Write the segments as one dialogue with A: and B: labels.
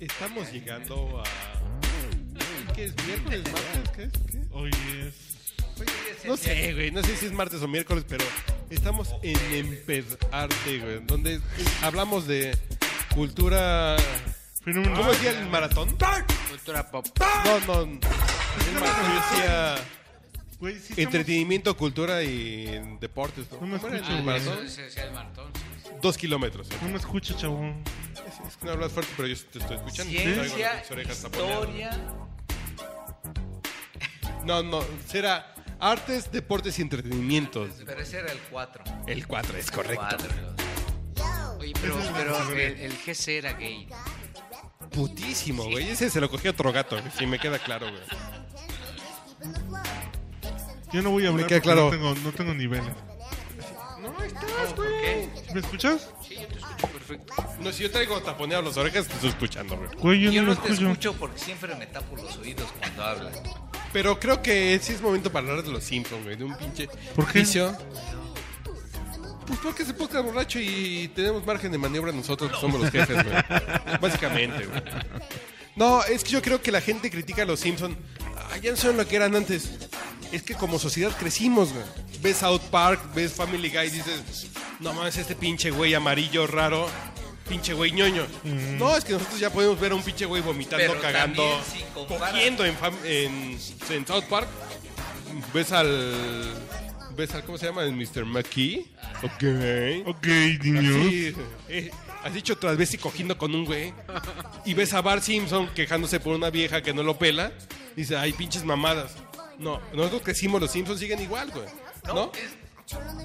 A: Estamos llegando a. ¿Qué es? ¿Miércoles, martes? ¿Qué es? ¿Qué?
B: Hoy es.
A: No sé, güey. No sé si es martes o miércoles, pero estamos en Emperarte, güey. Donde hablamos de cultura.
B: Fenómeno.
A: ¿Cómo decía el maratón?
C: Cultura pop.
A: No, no. El maratón decía
B: Güey, sí estamos-
A: entretenimiento, cultura y deportes. ¿no?
B: No me
A: ¿Cómo era el
B: escucho, güey.
A: maratón?
C: Ese decía el maratón.
A: Dos kilómetros.
B: No me escucho, chavo.
A: Es que no hablas fuerte, pero yo te estoy escuchando. Traigo
C: Ciencia,
A: las orejas taponeadas.
C: historia.
A: No, no, será artes, deportes y entretenimientos.
C: Pero ese era el 4.
A: El 4 es correcto.
C: Oye, pero, pero el, el GC era gay.
A: Putísimo, güey. Ese se lo cogió otro gato, güey, si me queda claro, güey.
B: Yo no voy a hablar.
A: queda
B: porque
A: claro.
B: No tengo, no tengo niveles.
C: ¿Por qué?
B: ¿Me escuchas?
C: Sí, yo te escucho perfecto.
A: No, si yo traigo taponeado las orejas, te estoy escuchando, güey.
B: Güey, yo,
C: Yo
B: no,
C: no
B: lo
C: te
B: escucho.
C: escucho porque siempre me tapo los oídos cuando hablas.
A: Pero creo que sí es momento para hablar de los Simpsons, güey. De un pinche
B: ¿Por qué?
A: vicio. Pues porque se podcast borracho y tenemos margen de maniobra nosotros, que somos los jefes, güey. Básicamente, güey. No, es que yo creo que la gente critica a los Simpsons. Ah, ya no son lo que eran antes. Es que como sociedad crecimos, güey. Ves South Park, ves Family Guy y dices, no mames, este pinche güey amarillo raro, pinche güey ñoño.
B: Mm.
A: No, es que nosotros ya podemos ver a un pinche güey vomitando,
C: Pero
A: cagando,
C: también si comparas-
A: cogiendo en, fam- en- en South Park. Ves al. ¿Ves al. ¿Cómo se llama? El Mr. McKee. Ok.
B: Ok, niños.
A: Sí, eh, has dicho otras veces cogiendo con un güey. Y ves a Bart Simpson quejándose por una vieja que no lo pela. Dice, ay, pinches mamadas. No, nosotros crecimos, los Simpsons siguen igual, güey. ¿No?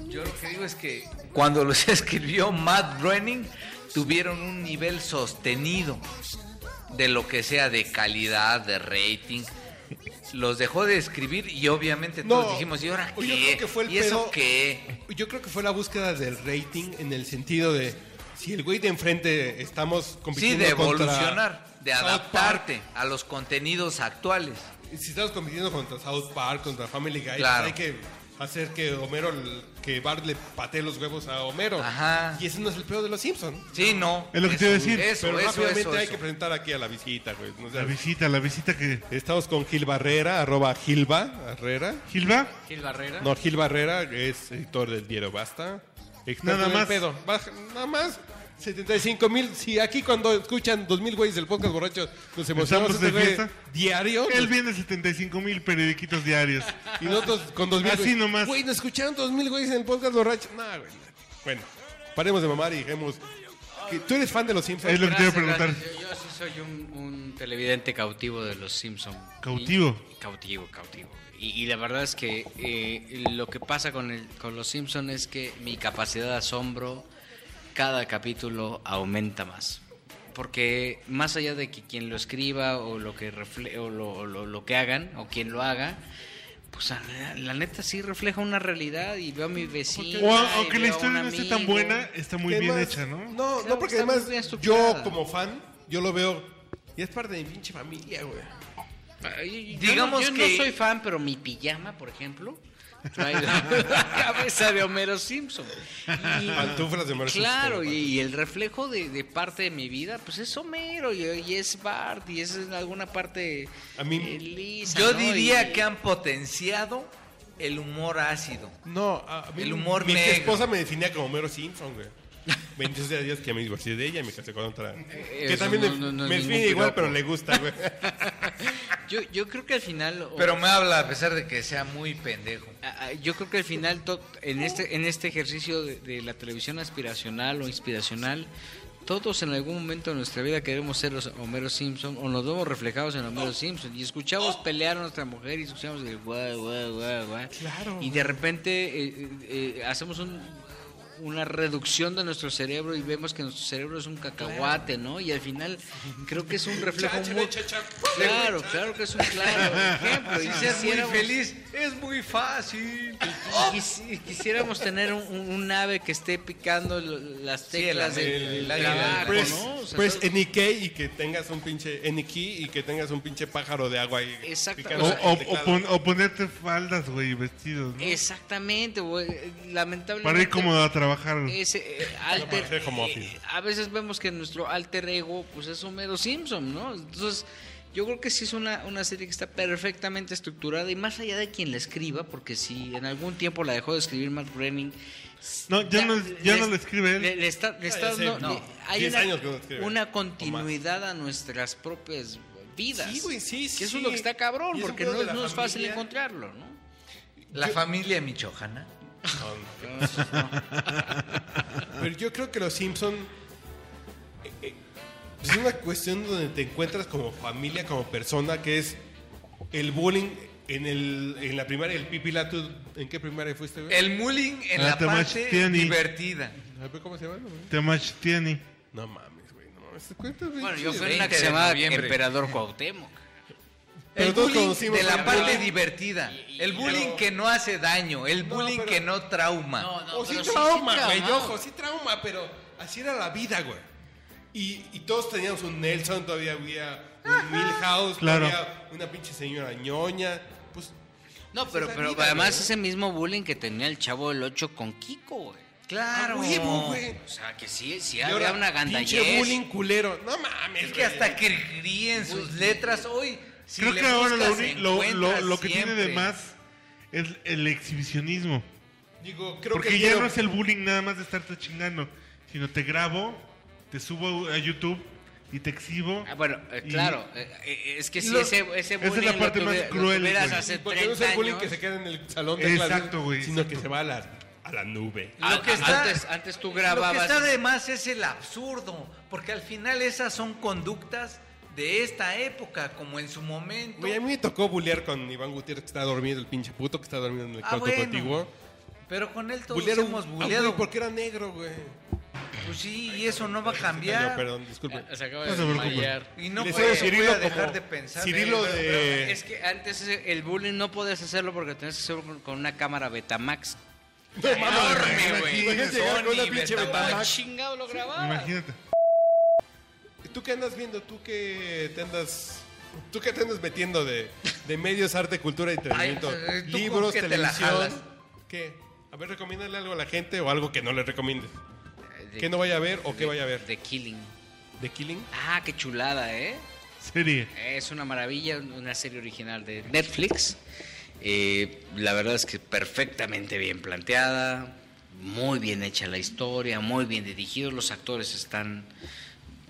C: Yo lo que digo es que cuando los escribió Matt Groening tuvieron un nivel sostenido de lo que sea de calidad, de rating. Los dejó de escribir y obviamente todos
A: No.
C: dijimos, ¿y ahora
A: Yo
C: qué?
A: creo que fue el
C: ¿Y eso
A: pedo-
C: qué?
A: Yo creo que fue la búsqueda del rating en el sentido de si el güey de enfrente estamos
C: Sí,
A: compitiendo
C: de
A: contra
C: evolucionar, de
A: South
C: adaptarte a los contenidos actuales.
A: Park, si estamos compitiendo contra South Park, contra Family Guy, pues
C: Claro.
A: hay que hacer que Homero, que Bart le patee los huevos a Homero.
C: Ajá.
A: Y ese no es el peor de los Simpsons.
C: Sí, no.
B: Es lo que te iba a decir,
C: Eso,
A: Pero
C: eso,
A: rápidamente
C: eso,
A: hay
C: eso.
A: que presentar aquí a la visita, güey. O sea,
B: La visita, la visita que.
A: estamos con Gil Barrera, arroba Gilba Herrera.
B: ¿Gilba?
C: Gil Barrera.
A: No, Gil Barrera es editor del diario Basta. Experto
B: Nada
A: en el
B: más.
A: pedo. Baja- nada más. 75 mil. Si aquí cuando escuchan 2 mil güeyes del podcast borracho nos emocionamos
B: Estamos de
A: este güey
B: fiesta.
A: diario.
B: Él vende 75 mil periodiquitos diarios.
A: Y nosotros con 2 mil.
B: Así
A: güey.
B: nomás.
A: Güey, nos escucharon 2 mil güeyes en el podcast borracho. Nah, güey. Bueno, paremos de mamar y dejemos. que- ¿Tú eres fan de los Simpsons?
B: Es lo que te iba a preguntar.
D: Yo, yo sí soy un, un televidente cautivo de los Simpson.
B: Cautivo.
D: Y- cautivo, cautivo. Y, y la verdad es que eh, lo que pasa con, el- con los Simpson es que mi capacidad de asombro cada capítulo aumenta más. Porque más allá de que quien lo escriba o lo que refle- o lo- o lo- lo que hagan o quien lo haga, pues la, la neta sí refleja una realidad y veo a mi vecino.
B: O a- aunque la historia no esté tan buena, está muy
A: Que
B: bien
A: además-
B: hecha, ¿no?
A: No,
D: Claro,
A: no, porque
D: está muy
A: además
D: bien
A: yo
D: estructurada.
A: como fan, yo lo veo y es parte de mi pinche familia, güey.
C: Digamos
D: Digamos yo no,
C: que-
D: soy fan, pero mi pijama, por ejemplo, trae la, la cabeza de Homero Simpson. Y-
C: Ah,
A: Pantuflas de Homero
D: Claro,
A: Simpson.
D: y, y el reflejo de, de parte de mi vida, pues es Homero y, y es Bart y es en alguna parte
A: A mí-
D: eh, lisa,
C: Yo
D: ¿no?
C: diría
D: Y-
C: que han potenciado el humor ácido.
A: No, a mí-
C: El humor
A: mi
C: negro.
A: esposa me definía como Homero Simpson, güey. Bendito sea Dios que me divorcié de ella y me casé con otra. que
D: Eh, eso
A: también
D: no-
A: me-
D: no- no es
A: me
D: ningún
A: define igual,
D: piropo.
A: pero le gusta, güey.
D: yo, yo creo que al final... o-
C: Pero me habla a pesar de que sea muy pendejo.
D: Ah, ah, Yo creo que al final, to- en este, en este ejercicio de, de la televisión aspiracional o inspiracional, todos en algún momento de nuestra vida queremos ser los Homero Simpson o nos vemos reflejados en Homero Simpson y escuchamos pelear a nuestra mujer y escuchamos el guau, guau, guau, guau. Y de repente eh, eh, eh, hacemos un- una reducción de nuestro cerebro y vemos que nuestro cerebro es un cacahuate, ¿no? Y al final creo que es un reflejo muy... Claro, claro que es un claro ejemplo.
C: Si
D: Y
C: seas muy
D: quisiéramos-
C: feliz, es muy fácil.
D: Y quis- quisiéramos tener un, un- un ave que esté picando lo- las
C: Sí, el-
D: teclas
C: el-
D: del
C: el pues,
D: trabajo,
C: águila del
A: Press,
D: ¿no? O sea,
A: press
D: todo-
A: any key pues y que tengas un pinche any key y que tengas un pinche pájaro de agua ahí.
D: Exacto.
A: picando
B: O,
D: O sea,
A: en el
B: o- o
A: teclado.
B: pon- o ponerte faldas, güey, y vestidos, ¿no?
D: Exactamente, güey. lamentablemente.
B: Para ir cómodo a trabajar.
D: Ese eh, alter,
A: Para hacer home
D: eh,
A: office.
D: a veces vemos que nuestro alter ego pues es Homero Simpson, ¿no? Entonces, yo creo que sí es una, una serie que está perfectamente estructurada y más allá de quien la escriba, porque si en algún tiempo la dejó de escribir Matt Groening,
B: No, ya no es- ya no la escribe él.
D: Le, le está, le
A: Ah,
D: está
A: ya sé,
D: dando-
A: no,
D: le- hay
A: 10
D: una,
A: años que no la escribe.
D: una continuidad a nuestras propias vidas.
A: Sí, güey, sí, sí.
D: Que eso es lo que está cabrón,
A: Y es un
D: porque
A: pedo
D: no,
A: de
D: es-
A: la
D: no es fácil
A: familia.
D: encontrarlo, ¿no?
C: La familia michoajana.
A: Pero yo creo que los Simpson eh, eh, es una cuestión donde te encuentras como familia, como persona, que es el bullying en, el, en la primaria, el pipila. ¿Tú en qué primaria fuiste?
D: Eh,
A: güey?
C: El mulling en
B: Ah,
C: la
B: te
C: parte
B: machetean y-
C: divertida.
A: A ver, ¿Cómo se llama? güey?
B: Temachtini.
A: No mames, güey. No mames. ¿Te cuentas, güey?
D: Bueno, yo
A: Sí,
D: fui
A: güey.
D: en una que
C: 20
D: se
C: de
D: llamaba
C: noviembre.
D: Emperador Cuauhtémoc.
A: Pero
C: El
A: todos
C: bullying
A: conocimos
C: de
A: a
C: la
A: la
C: parte
A: bullying.
C: divertida. El bullying
A: pero-
C: que no hace daño. El
A: No,
C: bullying
A: pero-
C: que no trauma.
A: o sí
D: pero
A: trauma, güey,
D: traumaba.
A: ojo, sí trauma, pero así era la vida, güey. Y, y todos teníamos un Nelson, todavía había un Milhouse,
B: Claro.
A: todavía una pinche señora ñoña. Pues,
D: No, pero,
A: Esa es la
D: pero
A: vida,
D: además
A: güey.
D: ese mismo bullying que tenía el chavo del 8 con Kiko, güey.
C: Claro.
A: ¡a huevo, güey!
D: O sea, que sí, sí
A: Y
D: había
A: ahora,
D: una
A: Pinche
D: gandallez.
A: bullying culero. No mames,
C: Es que
A: güey.
C: hasta que ríen sus letras hoy. si
B: Creo
C: le
B: que ahora lo,
C: buscas,
B: uni- lo- lo-
C: encuentras
B: lo que tiene de
C: siempre.
B: más es el exhibicionismo.
A: Digo, creo
B: Porque
A: que
B: ya
A: quiero-
B: no es el bullying nada más de estarte chingando, sino te grabo, te subo a YouTube y te exhibo.
D: Ah, bueno, eh,
B: Y-
D: claro, eh, eh, es que si
B: Lo-
D: ese, ese
B: esa es
D: bullying
B: la parte
D: lo,
B: más
D: tuve- lo
B: cruel,
D: tuvieras
B: güey.
D: hace
A: Porque no es
D: 30
A: el bullying
D: años.
A: que se queda en el salón de clases,
B: Exacto, güey,
A: Sino
B: exacto.
A: que se va a la, a la nube.
D: Lo que
C: Ah,
D: está-
C: ah,
D: antes, antes tú
C: Lo que está
D: grababas.
C: de más es el absurdo, porque al final esas son conductas de esta época, como en su momento.
A: Güey, a mí me tocó bullear con Iván Gutiérrez, que está dormido, el pinche puto que está dormido en el
C: Ah,
A: cuarto
C: bueno.
A: contigo.
C: Pero con él todos
A: Bullearon-
C: hemos
A: ah,
C: buleado.
A: güey, porque era negro, güey.
C: Pues sí, y eso no va a
A: No,
C: cambiar.
A: perdón, disculpe.
D: Se acaba de
B: No se preocupe.
D: desmayar.
C: Y no
A: Le
C: voy
A: sale
C: voy
A: Cirilo
C: a dejar
A: como-
C: de pensar.
A: Cirilo
C: en-
A: de- Eh.
D: Es que antes ese- el bullying no podías hacerlo porque tenías que hacerlo con- con una cámara Betamax.
A: No,
C: Enorme, güey.
A: Imagínate llegar con una
C: Sony,
A: pinche
C: Betamax.
A: Betamax.
D: chingado lo grababa?
B: Imagínate.
A: ¿Tú qué andas viendo? ¿Tú qué te andas... ¿Tú qué te andas metiendo de, de medios, arte, cultura y entretenimiento?
C: Ay, ¿tú con
A: Libros,
C: qué te la
A: televisión.
C: jalas?
A: ¿Qué? A ver, recomiéndale algo a la gente o algo que no le recomiendes.
D: Eh,
A: ¿Que no vaya a ver o que vaya a ver?
D: The Killing.
A: ¿The Killing?
D: Ah, qué chulada, ¿eh?
B: Serie.
D: Es una maravilla, una serie original de Netflix. Eh, la verdad es que perfectamente bien planteada, muy bien hecha la historia, muy bien dirigidos, los actores están...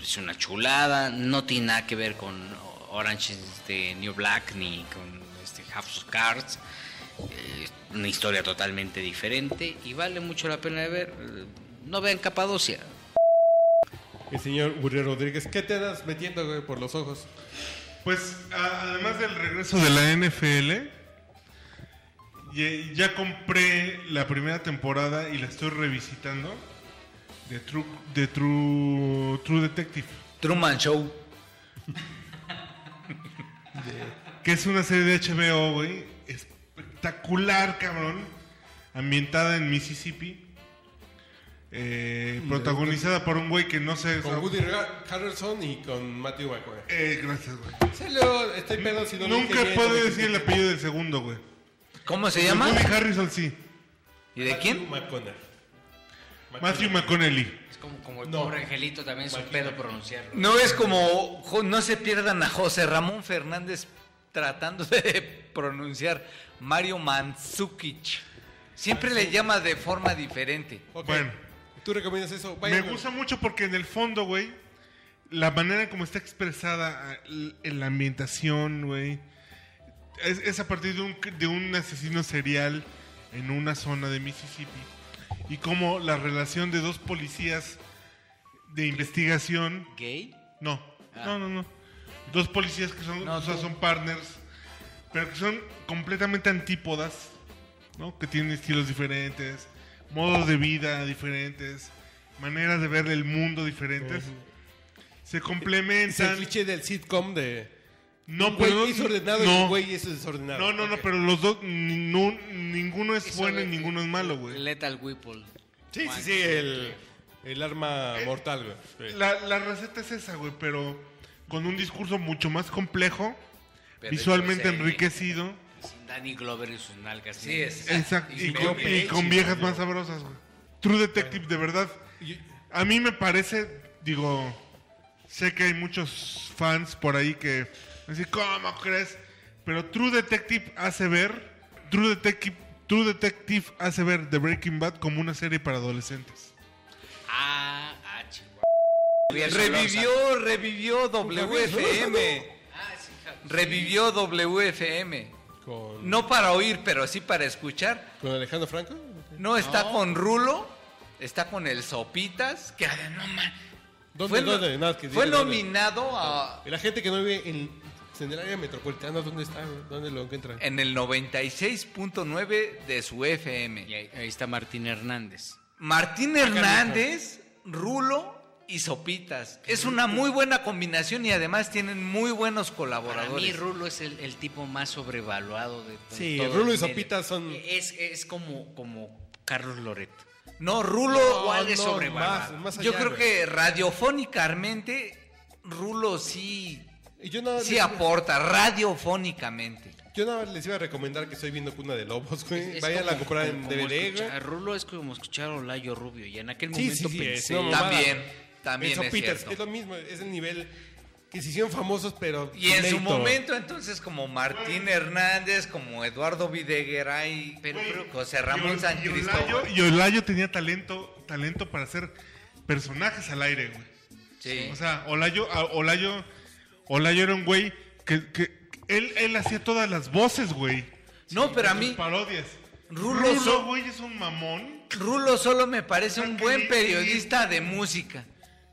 D: Es una chulada, no tiene nada que ver con Orange is the New Black ni con este House of Cards. Eh, una historia totalmente diferente y vale mucho la pena de ver. Eh, No vean Capadocia.
A: El señor Uriel Rodríguez, ¿qué te andas metiendo güey, por los ojos?
B: Pues a- además del regreso de la NFL, ye- ya compré la primera temporada y la estoy revisitando de True, de True, True Detective,
C: Truman Show.
B: que es una serie de HBO, güey, espectacular, cabrón, ambientada en Mississippi, eh, protagonizada por un güey que no sé...
A: Mm, Con Woody Har- Harrelson y con Matthew McConaughey.
B: Eh, gracias, güey.
A: Salud,
C: este
A: estoy pedo si no lo dije
B: Nunca
A: bien,
B: puedo
A: no me
B: decir el apellido del segundo, güey.
C: ¿Cómo se
B: El
C: llama?
B: Woody Harrison, sí.
C: ¿Y de quién?
A: Matthew McConaughey.
B: Matthew McConaughey.
D: Es como, como el
A: No.
D: pobre angelito también, su pedo pronunciarlo.
C: No es como, jo- no se pierdan a José Ramón Fernández tratando de pronunciar Mario Mandzukic. Siempre le llama de forma diferente.
A: Ok.
B: Bueno.
A: ¿Tú recomiendas eso?
B: Me
A: Vayan, güey.
B: gusta mucho porque en el fondo, güey, la manera como está expresada eh, en la ambientación, güey, es, es a partir de un, cr- de un asesino serial en una zona de Mississippi y como la relación de dos policías de investigación,
D: ¿Gay?
B: no, no, no, no, dos policías que son,
C: No,
B: o sea,
C: tú.
B: son partners, pero que son completamente antípodas, ¿no? Que tienen estilos diferentes, modos de vida diferentes, maneras de ver el mundo diferentes. Se
A: Es el
B: complementan.
A: cliché del sitcom de
B: No,
A: Güey
B: pero
A: es ordenado y
B: no.
A: un güey es desordenado.
B: No, no, no,
A: Ok.
B: pero los dos, ni- no- ninguno es
D: Eso
B: bueno y
D: de-
B: ninguno es malo, güey.
D: Lethal Whipple.
A: Sí, sí, sí, el, el arma mortal, güey. Sí.
B: Eh, La, la receta es esa, güey, pero con un discurso mucho más complejo,
C: Pero
B: visualmente
C: eso es, eh,
B: enriquecido
D: Sin Danny Glover y sus nalgas.
C: Sí, es.
B: exacto, y,
C: Y
B: con,
C: con
B: y
A: leche,
B: con viejas más sabrosas, güey. True Detective, de verdad.
A: Y-
B: A mí me parece, digo, sé que hay muchos fans por ahí que dicen, ¿cómo crees? Pero True Detective hace ver, True Detective, True Detective hace ver The Breaking Bad como una serie para adolescentes.
D: Ah, ah, chihuahua.
C: Revivió, revivió WFM. Revivió WFM.
A: Con,
C: No para oír, pero sí para escuchar.
A: ¿Con Alejandro Franco?
C: No está con Rulo, está con el Sopitas, que ah, no ma-
A: ¿Dónde,
C: Fue,
A: dónde? Nada, que
C: fue
A: diga dónde.
C: nominado a-
A: Y La gente que no vive en, en el área metropolitana, ¿dónde está? güey? ¿Dónde lo encuentran?
C: en el 96.9 de su FM.
D: Y ahí, ahí está Martín Hernández.
C: Martín Hernández, Rulo y Sopitas. Es una muy buena combinación y además tienen muy buenos
D: Para mí
C: colaboradores.
D: Rulo es el, el tipo más sobrevaluado de to-
A: Sí,
D: todos.
A: Rulo y
D: Mire,
A: Sopita son-
D: Es, es como, como Carlos Loret.
C: No, Rulo,
D: Igual de
A: no,
D: sobrevaluado.
A: más- más allá,
C: yo creo
A: güey.
C: que radiofónicamente Rulo sí,
A: Y yo nada, más
C: sí
A: les-
C: aporta, radiofónicamente.
A: yo nada más les iba a recomendar que estoy viendo Cuna de Lobos, güey.
D: Es
A: Vayan a
D: como-
A: comprar en
D: como
A: DVD,
D: escuchar-
A: güey.
D: Rulo es como escuchar a Olayo Rubio y en aquel
A: Sí, sí,
D: momento
A: sí,
D: pensé.
A: es, no, mamá.
C: también,
A: En
C: también es
A: Sopitas,
C: cierto.
A: es lo mismo, es el nivel que se hicieron famosos, pero.
C: Y en su
A: mérito.
C: momento entonces como Martín Hernández, como Eduardo Videgaray,
D: Pero- pero-
C: José Ramón
B: Yol-
C: San
B: Yolayo,
C: Cristóbal.
B: Yolayo tenía talento, talento para hacer personajes al aire, güey.
C: Sí.
B: O sea, Olayo, a- Olayo, Olayo era un güey que, que- él, él hacía todas las voces, güey.
C: No, pero a
B: Sus
C: mí
B: parodias.
C: Rulo so-
B: güey, es un mamón.
C: Rulo solo me parece un
B: que
C: buen
B: ni-
C: periodista de música,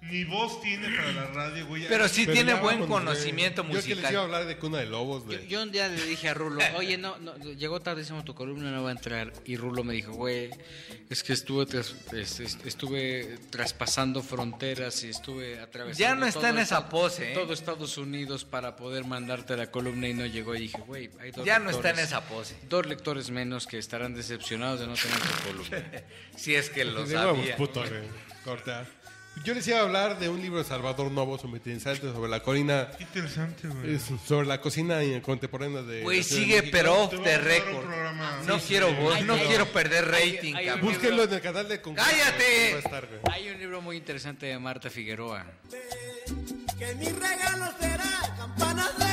B: Ni voz tiene para la radio, güey.
C: pero sí
A: Pero
C: tiene
A: ya
C: buen
A: vámonos, güey.
C: conocimiento
A: Yo que les iba a
C: musical.
A: hablar de Cuna de Lobos,
D: Yo,
A: güey.
D: yo un día le dije a Rulo, oye, no, no, llegó tarde, hicimos tu columna, no va a entrar. Y Rulo me dijo, güey, es que estuve, tras- es- es- estuve traspasando fronteras y estuve atravesando.
C: Ya no está
D: todo
C: en esa
D: Estados-
C: pose, ¿eh?
D: Todo Estados Unidos para poder mandarte la columna y no llegó. Y dije, güey, hay dos
C: Ya no está en
D: lectores-
C: esa pose,
D: Dos lectores menos que estarán decepcionados de no tener tu columna.
C: si es que lo
A: De huevos,
C: sabía.
A: puto, güey. Corta. Yo les iba a hablar de un libro de Salvador Novo, Sometenzante, sobre la colina.
B: Qué interesante, güey.
A: eh, Sobre la cocina eh, contemporánea de.
C: Güey,
A: la Ciudad de
C: sigue
A: México.
C: pero off
B: Te
C: the
B: vamos a dar un
C: record.
B: programa.
C: No
B: Sí,
C: quiero
B: sí.
C: voz, no
D: Ay,
C: quiero
D: ay,
C: perder
D: ay,
C: rating,
D: ay,
C: cabrón.
A: Búsquenlo en el canal de Concurso,
C: ¡Cállate!
A: güey, va a estar, güey.
D: Hay un libro muy interesante de Marta Figueroa.
E: Que mi regalo será campanas de